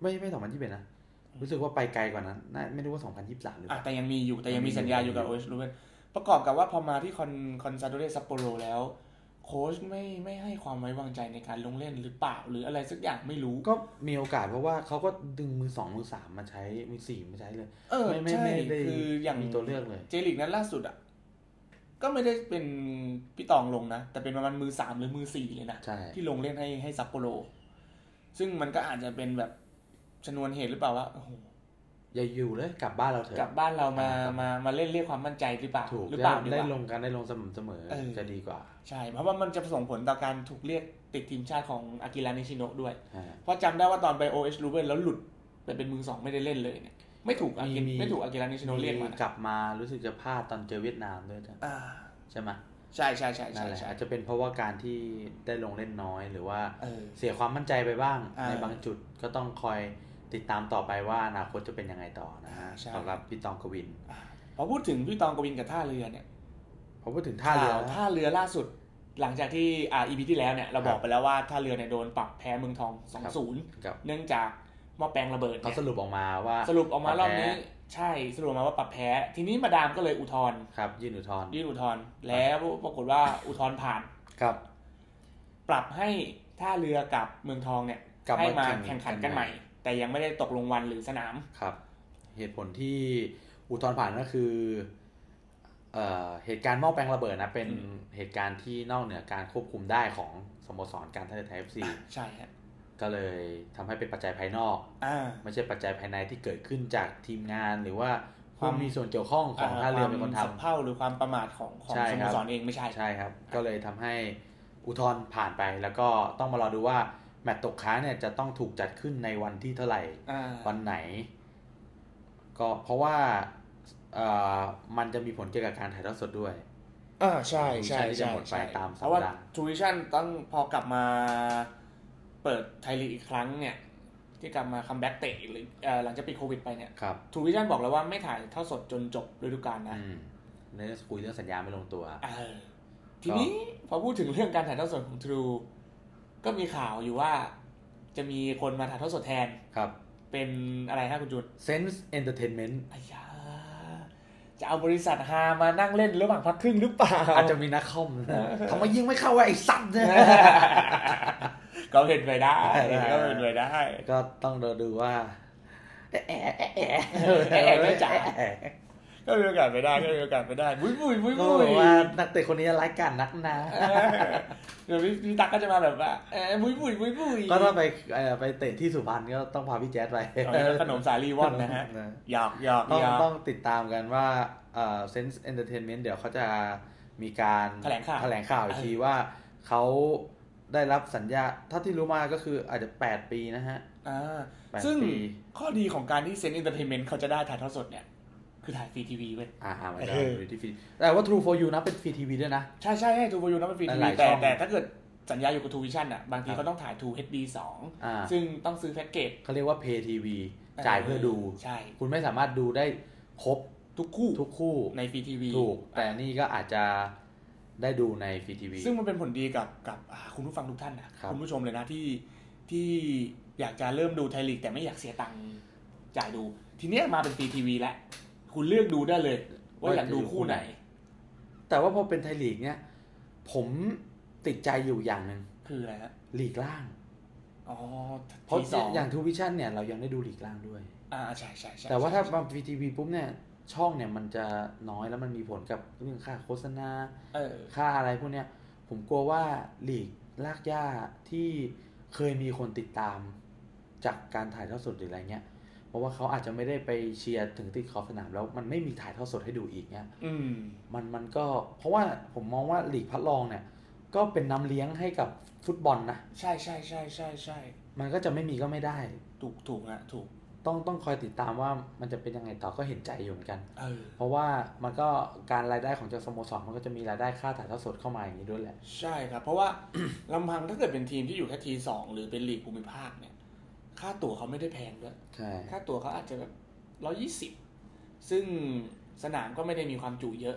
ไม่ไม่สองพันยี่สิบนะรู้สึกว่าไปไกลกว่านั้นน่าไม่รู้ว่าสองพันยี่สิบสามหรือเป
อ่ะ
ล่า
แต่ยังมีอยู่แต่ยังมี
ยังมี
สัญญาอ
อยู่
ยู่กับโอเอชรูเบนประกอบกับว่าพอมาที่คอนคอนซาโดเรซัปโปโรแล้ว โค้ชไม่ไม่ให้ความไว้วางใจในการลงเล่นหรือเปล่า หรืออะไรสักอย่างไม่รู้
ก็มีโอกาสเพราะว่าเขาก็ดึงมือสองมือสามมาใช้มือสี่มาใช้เลย
เออ
ไม่ไม่
ใช่
ไม่ได้
คืออย่าง
มีตัวเลือกเลย
เจลิกนั้นล่าสุดอ่ะ ก็ไม่ได้เป็นพี่ตองลงนะ แต่เป็นประมาณมือสามหรือมือสี่เลยนะ
ใช่
ที่ลงเล่นให้ให้ซัปโปโร ซึ่งมันก็อาจจะเป็นแบบชนวนเหตุหรือเปล่าว่าโอ้โห
อย่าอยู่เลยกลับบ้านเราเถอะ
กลับบ้านเรามา
ครับ
มา มาเล่นเรียกความมั่นใจหรือเปล่า
ถูก
หรือเปล่า
ได้
ดีก
ได้ล
ว่า
งกันได้ลงสม่ำเสมอ
เออ
จะดีกว่า
ใช่ เพราะว่ามันจะส่งผลต่อการถูกเรียกติดทีมชาติของอากิระนิชิโนะด้วย
อ่า
เพราะจำได้ว่าตอนไปโอเอชลูเบนแล้วหลุดไปเป็นมือสองไม่ได้เล่นเลยเนี่ย ไม่ถูกอากิ
มีมี
ไม่ถูกอากิระนิชิโนะเรียกมานะ
กลับมารู้สึกจะพลาดตอนเจอเวียดนามด้วยจ้ะ
อ่า
ใช่ไหม
ใช่ใช่ใช่
นั่
ใช่
นแหละ
ใช่
อาจจะเป็นเพราะว่าการที่ได้ลงเล่นน้อยหรือว่า
เออ
เสียความมั่นใจไปบ้าง
อ่า
ในบางจุดก็ต้องคอยติดตามต่อไปว่าอนาคตจะเป็นยังไงต่อนะฮะ
อ่าใช่
สำหรับพี่ตองกวิน
พอพูดถึงพี่ตองกวินกับท่าเรือเนี่ย
พอพูดถึงท่าเรือ
ข่วท่าเรือล่าสุด หลังจากที่อ่าอีพีที่แล้วเนี่ย เราบอกไปแล้วว่าท่าเรือเนี่ยโดนปรับแพ้เมืองทองสองศูนย์
กับ
เนื่องจากหม้อแปลงระเบิด
เขา
เนี่ย
สรุปออกมาว่า
สรุปออกมารอบนี้
แพ้
ใช่สรุปออกมาว่าปรับแพ้ ทีนี้มาดามก็เลยอุทธรณ์
ครับยื่นอุทธรณ์
ยื่นอุทธรณ์แล้วปรากฏว่าอุทธรณ์ผ่าน
ครับ
ปรับให้ท่าเรือกับเมืองทองเนี่ย
กลับมา
ให้มา
แข่ง
แข่งขัน
กั
กัน น
ให
ให
ม่
ม่ แต่ยังไม่ได้ตกลงวันหรือสนาม
ครับ เหตุผลที่อุทธรณ์ผ่านก็คือเอ่อเหตุการณ์หม้อแปลงระเบิดนะ เป็น
อืม
เหตุการณ์ที่นอกเหนือการควบคุมได้ของสโมสรการท่าเรือไทยเอฟซี
ใช่ฮะ
ก็เลยทำให้เป็นปัจจัยภายนอก
อ่า
ไม่ใช่ปัจจัยภายในที่เกิดขึ้นจากทีมงาน หรือว่า
ควา
ผู้
ม
มีส่วนเกี่ยวข้องของท่าเรือเป็นคน
ความสัม
ทำ
เพ่าหรือความประมาทของของ
ใช่
ส
ค
โม
รับ
สรเองไม่ใช่
ใช่ครับ ก็เลยทำให้อุทธรณ์ผ่านไป แล้วก็ต้องมารอดูว่าแมตช์ตกค้างเนี่ยจะต้องถูกจัดขึ้นในวันที่เท่าไหร่
อ่า
วันไหน ก็เพราะว่าเอ่อมันจะมีผลเกี่ยวกับการถ่ายทอดสดด้วย
อ่าใช่ใช่
ที่จะ
ใช่
หมดไป
ใช่
ตามสัปดาห์
เพราะว่าทูวิชั่นต้องพอกลับมา เปิดไทยลีกอีกครั้งเนี่ย ที่กลับมาคัมแบ็กเตะหรือเอ่อหลังจากปิดโควิดไปเนี่ย
ครับ
ทูวิชั่นบอกแล้วว่าไม่ถ่ายเท่าสดจนจบฤดูกาลนะ
อืมในเรื่องคุยเรื่องสัญญาไม่ลงตัว
เออทีนี้พอพูดถึงเรื่องการถ่ายเท่าสดของทรูก็มีข่าวอยู่ว่า จะมีคนมาถ่ายเท่าสดแทน
ครับ
เป็นอะไรฮะคุณจุน
Sense Entertainment
อายาจะเอาบริษัทฮามานั่งเล่นระหว่างพักครึ่งหรือเปล่า
อาจจะมีนักคอม นะทำไมยิงไม่เข้าวะไอ้สัตว์เนี่ย
ก็เห็นไปได้
เออ
ก็เห็นไปได้
ก็ต้องรอดูว่าแอะแอะแอะแอะ
แอะไม่จ๋า ก็มีโอกาสไปได้ก็มีโอกาสไปได้บุ้ยบุ้ยบุ้ย
ก็
บุ้
บ
ย
อกว่านักเตะคนนี้ร้ายกาจนักหนา
เออเดี๋ยวพี่พี่ตั๊กก็จะมาแบบว่าเออบุ้ยบุ้ยบุ้ยบุ้ย
ก็ถ้าไปเอ่อไปเตะที่สุพรรณก็ต้องพาพี่แจ๊ดไป
เอาอย่างนั้นขนมสาลีว่อนนะฮะ
นะ
หยอกหยอก
ต้อง
หยอก
ต้องติดตามกันว่าเอ่อ Sense Entertainment เดี๋ยวเขาจะมีการ
แถลงข่าว
แถลงข่าวอีกทีว่าเขาได้รับสัญญาเท่าที่รู้มาก็คืออาจจะ 8 ปีนะฮะ
อ่า
แปด
ซึ่ง
ปี
ข้อดีของการที่เซนต์อินเตอร์เทนเมนต์เขาจะได้ถ่ายทอดสดเนี่ย คือถ่ายฟรีทีวีเว้ย
อ่าหาไม่ได้
เออ
ดูที่ฟรีแต่ว่า True for You นะเป็นฟรีทีวีด้วยนะ
ใช่ใช่ให้ทูบอยูนะมันฟรีที
ห
วี
ลายๆ
แต่
ช่อง
แต่ถ้าเกิดสัญญาอยู่กับทูวิชั่นอ่ะ บางที
ครับ
เขาต้องถ่ายทู HD สอง
อ่า
ซึ่งต้องซื้อแพ็กเกจ
เขาเรียกว่า Pay TV จ่ายเพื่อดู
ใช่
คุณไม่สามารถดูได้ครบ
ทุกคู่
ทุกคู่
ในฟรีทีวี
ถูก แต่นี่ก็อาจจะได้ดูในฟรีทีวี
ซึ่งมันเป็นผลดีกับกับอ่าคุณผู้ฟังทุกท่านนะครับ คุณผู้ชมเลยนะที่ที่อยากจะเริ่มดูไทยลีกแต่ไม่อยากเสียตังค์จ่ายดู ทีเนี้ยมาเป็นฟรีทีวีแล้ว คุณเลือกดูได้เลย ว่าอยากดูคู่ไหน
แต่ว่าพอเป็นไทยลีกเนี่ยผมติดใจอยู่อย่างหนึ่ง
คืออะไรฮะ
หลีกล่าง
อ๋อ
เพราะ
ทีสอง
อย่างทูวิชั่นเนี่ยเรายังได้ดูหลีกล่างด้วย
อ่าใช่ใช่ใช่
แต่ว่าถ้า
ใช่
มาฟีทีวีปุ๊บเนี่ย ช่องเนี่ยมันจะน้อยแล้วมันมีผลกับเรื่องค่าโฆษณา
เออ
ค่าอะไรพวกเนี้ย ผมกลัวว่าหลีกลากย่าที่เคยมีคนติดตาม จากการถ่ายทอดสดหรืออะไรเงี้ย เพราะว่าเขาอาจจะไม่ได้ไปเชียร์ถึงติดขอบสนามแล้วมันไม่มีถ่ายทอดสดให้ดูอีกเนี่ย
อืม
มันมันก็เพราะว่าผมมองว่าหลีกพัดลองเนี่ย ก็เป็นน้ำเลี้ยงให้กับฟุตบอลนะ
ใช่ใช่ใช่ใช่ใช่
มันก็จะไม่มีก็ไม่ได้
ถูกถูกนะถูก
ต้องต้องคอยติดตามว่ามันจะเป็นยังไงต่อก็เห็นใจอยู่เหมือนกัน
เออ
เพราะว่ามันก็การรายได้ของเจ้าสโมสรมันก็จะมีรายได้ค่าถ่ายทอดสดเข้ามาอย่างนี้ด้วยแหละ
ใช่ครับ เพราะว่า ลำพังถ้าเกิดเป็นทีมที่อยู่แค่ทีสองหรือเป็นลีกภูมิภาคเนี่ย ค่าตั๋วเขาไม่ได้แพงด้วย
ใช่
ค่าตั๋วเขาอาจจะแบบร้อยี่สิบซึ่งสนามก็ไม่ได้มีความจุเยอะ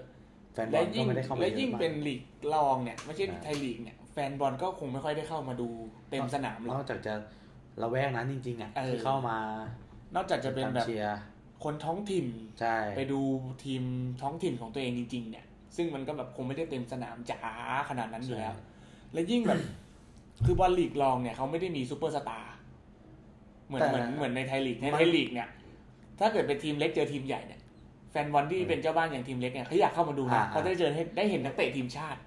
แฟนบอ
และ
ลก็
ยิ่ง
ไม่ได้เข้ามา
และ
เย
ยิ่ง
อะมาก
เป็นลีกรองเนี่ยไม่ใช่
ใช่
ไทยลีกเนี่ยแฟนบอลก็คงไม่ค่อยได้เข้ามาดูเต็มสนามหร
น
อ
อก กจากจะระแวกนั้นจริงๆอ่ะ
เออ
ที่เข้ามาน
อกจากจะเป็น
ตาม
แบบ
เชียร์
คนท้องถิ่น
ใช่
ไปดูทีมท้องถิ่นของตัวเองจริง ๆ เนี่ย ซึ่งมันก็แบบคงไม่ได้เต็มสนามจ๋าขนาดนั้นอยู่แล้ว และยิ่งแบบ คือบอลลีกรองเนี่ยเขาไม่ได้มีซูเปอร์สตาร์เหมือนเหมือนเหมือนในไทยลีกในไทยลีกเนี่ย ถ้าเกิดเป็นทีมเล็กเจอทีมใหญ่เนี่ย แฟนบอลที่เป็นเจ้าบ้านอย่างทีมเล็กเนี่ยเขาอยากเข้ามาดูนะเขาจะได้เจอให้ได้เห็นนักเตะทีมชาติ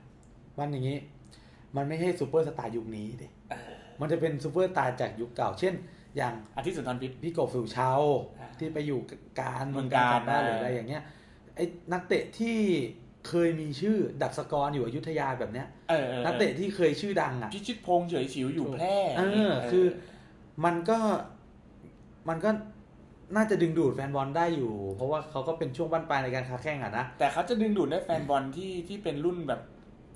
มันอย่างนี้ มันไม่ใช่ซูเปอร์สตาร์ยุคนี้ดิ
เออ
มันจะเป็นซูเปอร์สตาร์จากยุคเก่า เช่น อย่าง
อาทิตย์สุนทรพิษ
พี่กบสุชา
อ่า
ที่ไปอยู่การ
เมืองการ
ได้หรื
เออ
อ
อ
อะไรอย่างเงี้ยไอ้นักเตะที่เคยมีชื่อดับสกอร์อยู่อยุธยาแบบเนี้ย
เออออ
นักเตะที่เคยชื่อดังอ่ะ
พิชิตพงษ์เฉยฉิวอยู่แพร่
เออ คือ มันก็มันก็น่าจะดึงดูดแฟนบอลได้อยู่ เพราะว่าเขาก็เป็นช่วงบั้นปลายในการค้าแข่งอ่ะนะ
แต่เขาจะดึงดูดได้แฟนบอลที่ที่เป็นรุ่นแบบ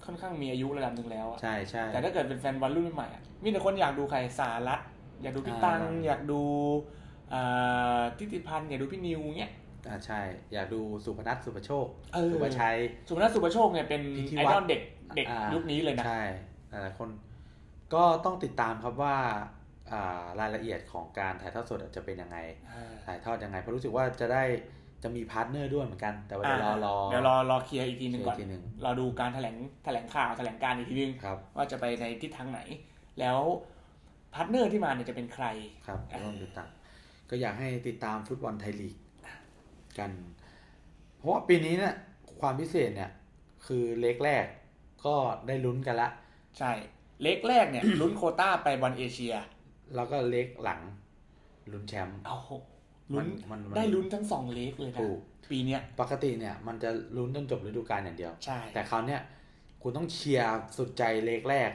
ค่อนข้างมีอายุระดับหนึ่งแล้วอะ
ใช่ใช่
แต่ถ้าเกิดเป็นแฟนบอลรุ่นใหม่อะมีแต่คนอยากดูใครสารัตอยากดูพี่ตัง อยากดูเอ่อทิติพันธ์อยากดูพี่นิวเงี้ย
อ่าใช่ อยากดูสุพนัทสุประโชค
เออ
สุประชัย
สุพนัทสุประโชคเนี่ยเป็น
พิธี
ไอ
วั
ด
ฒ
อล
น์
เด็กเด็ก
อ่า
ยุคนี้เลยนะ
ใช่หลายๆคนก็ต้องติดตามครับว่าอ่ารายละเอียดของการถ่ายทอดสดอ่ะจะเป็นยังไง ถ่ายทอดยังไงเพราะรู้สึกว่าจะได้จะมีพาร์ทเนอร์ด้วยเหมือนกัน แต่ว่าเดี๋ยวรอรอ
เดี๋ยวรอรอเคลียร์อีกทีหนึ่งก่อน
เคลียร์อีกทีหนึ่ง
รอดูการแถลงแถลงข่าวแถลงการอีกทีหนึง
ครับ
ว่าจะไปในทิศทางไหน แล้วพาร์ทเนอร์ที่มาเนี่ยจะเป็นใคร
ครับเดี๋ยวลองติดตามก็อยากให้ติดตามฟุตบอลไทยลีกกัน เพราะว่าปีนี้เนี่ยความพิเศษเนี่ย คือเล็กแรกก็ได้ลุ้นกันละ
ใช่ เล็กแรก เนี่ย ลุ้นโควต้าไปบอลเอเชีย
แล้วก็เล็กหลังลุ้นแชมป์
เอาลุ้น
มันมัน
ได้ลุ้นทั้งสองเล็กเลยนะ
ถูก
ปีเนี้ย
ปกติเนี่ย มันจะลุ้นจนจบฤดูกาลอย่างเดียว
ใช่
แต่คราวเนี่ยคุณต้องเชียร์สุดใจเลขแรก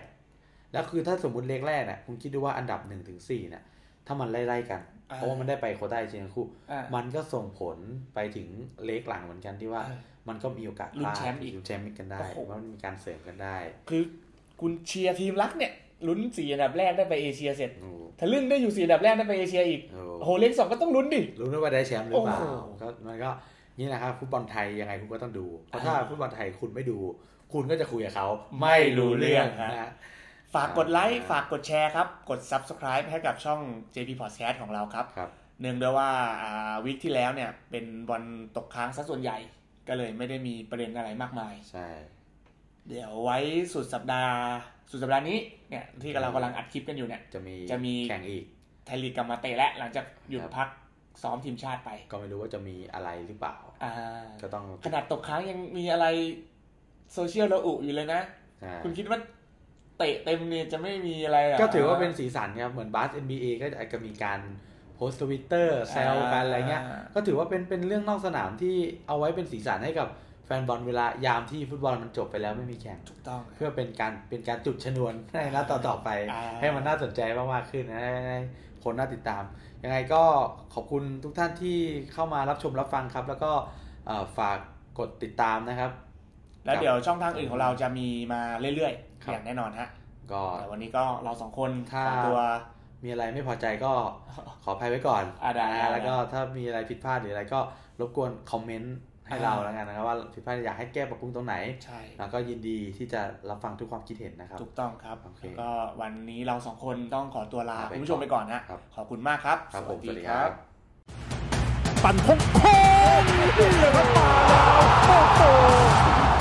แล้วคือถ้าสมมุติเลขแรกเนี่ยคุณคิดดูว่าอันดับหนึ่งถึงสี่เนี่ยถ้ามันไล่ๆกัน เพราะว่ามันได้ไปโควต้าเอเชียทั้งคู่
อ่า
มันก็ส่งผลไปถึงเลขหลังเหมือนกันที่ว่า มันก็มีโอกาส
ลุ้นแชมป์อีก
ลุ้นแชมป์กันได้
โอ้โห
ว่ามันมีการเสริมกันได้
คือคุณเชียร์ทีมรักเนี่ย ลุ้นสี่อันดับแรกได้ไปเอเชียเสร็จ
โอ้โห
ทะลึ่งได้อยู่สี่อันดับแรกได้ไปเอเชียอีกโอ้โหเลขสองก็ต้องลุ้นดิ
รู้ไหมว่าได้แชมป์หรือเปล่า
โอ้โห
ก็มันก็นี่แหละครับฟุตบอลไทยยังไงคุณก็ต้องดู เพราะถ้า
อ่า
ฟุตบอลไทยคุณไม่ดู คุณก็จะคุยกับเขา
ไม่รู้เรื่องฮะ
นะฮะ
ฝากกดไลค์
อ่า
ฝากกดแชร์ครับ กด subscribe ให้กับช่อง JP Podcast ของเราครับ
ครับ
เนื่องด้วยว่าวิกที่แล้วเนี่ย เป็นบอลตกค้างซะส่วนใหญ่ ก็เลยไม่ได้มีประเด็นอะไรมากมาย
ใช่
เดี๋ยวไว้สุดสัปดาห์ สุดสัปดาห์นี้เนี่ยที่เรากำลังอัดคลิปกันอยู่เนี่ย
จะมี
จะมี
แข่งอีก
ไทยลีกกลับมาเตะและหลังจากหยุด
ครับ
พักซ้อมทีมชาติไป
ก็ไม่รู้ว่าจะมีอะไรหรือเปล่า
อ่า
ก็ต้อง
ขนาดตกค้างยังมีอะไรโซเชียลระอุอยู่เลยนะ
ใช่
คุณคิดว่าเตะเต็มเนี่ยจะไม่มีอะไรหร
ก็ถือว่าเป็นสีสันครับ เหมือนบาส NBA ก็อาจจะมีการโพสต์ทวิตเตอร์แซวกันอะไรเงี้ย
อ่า
ก็ถือว่าเป็นเป็นเรื่องนอกสนามที่เอาไว้เป็นสีสันให้กับแฟนบอลเวลายามที่ฟุตบอลมันจบไปแล้วไม่มีแข่ง
ถูกต้อง
เพื่อเป็นการเป็นการจุดชนวนในนัดต่อ ต่อๆไป
อ่า
ให้มันน่าสนใจมากๆขึ้นให้ให้คนน่าติดตาม ยังไงก็ขอบคุณทุกท่านที่เข้ามารับชมรับฟังครับ แล้วก็เอ่อฝากกดติดตามนะครับ
แล้วเดี๋ยวช่องทางอื่นของเราจะมีมาเรื่อยๆ
ครับ
อย่างแน่นอนฮะ
ก็
แต่วันนี้ก็เราสองคน
ถ้า
ขอตัว
มีอะไรไม่พอใจก็ขออภัยไว้ก่อน
อ่าได้
นะฮะแล้วก็ถ้ามีอะไรผิดพลาดหรืออะไรก็รบกวนคอมเมนต์ให้
อ่า
เราแล้วกันนะครับว่าผิดพลาดอยากให้แก้ปรับปรุงตรงไหน
ใช่
แล้วก็ยินดีที่จะรับฟังทุกความคิดเห็นนะครับ
ถูกต้องครับ
โอเค
แล้วก็วันนี้เราสองคนต้องขอตัวลา
ลาไป
คุณผู้ชมไปก่อนนะครับ ขอบคุณมากครับ
ครับผมสวัสดีครับ
ปั่นทงโค้ง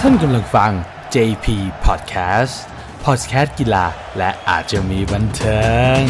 ท่านกำลังฟัง JP Podcast Podcast กีฬาและอาจจะมีบันเทิง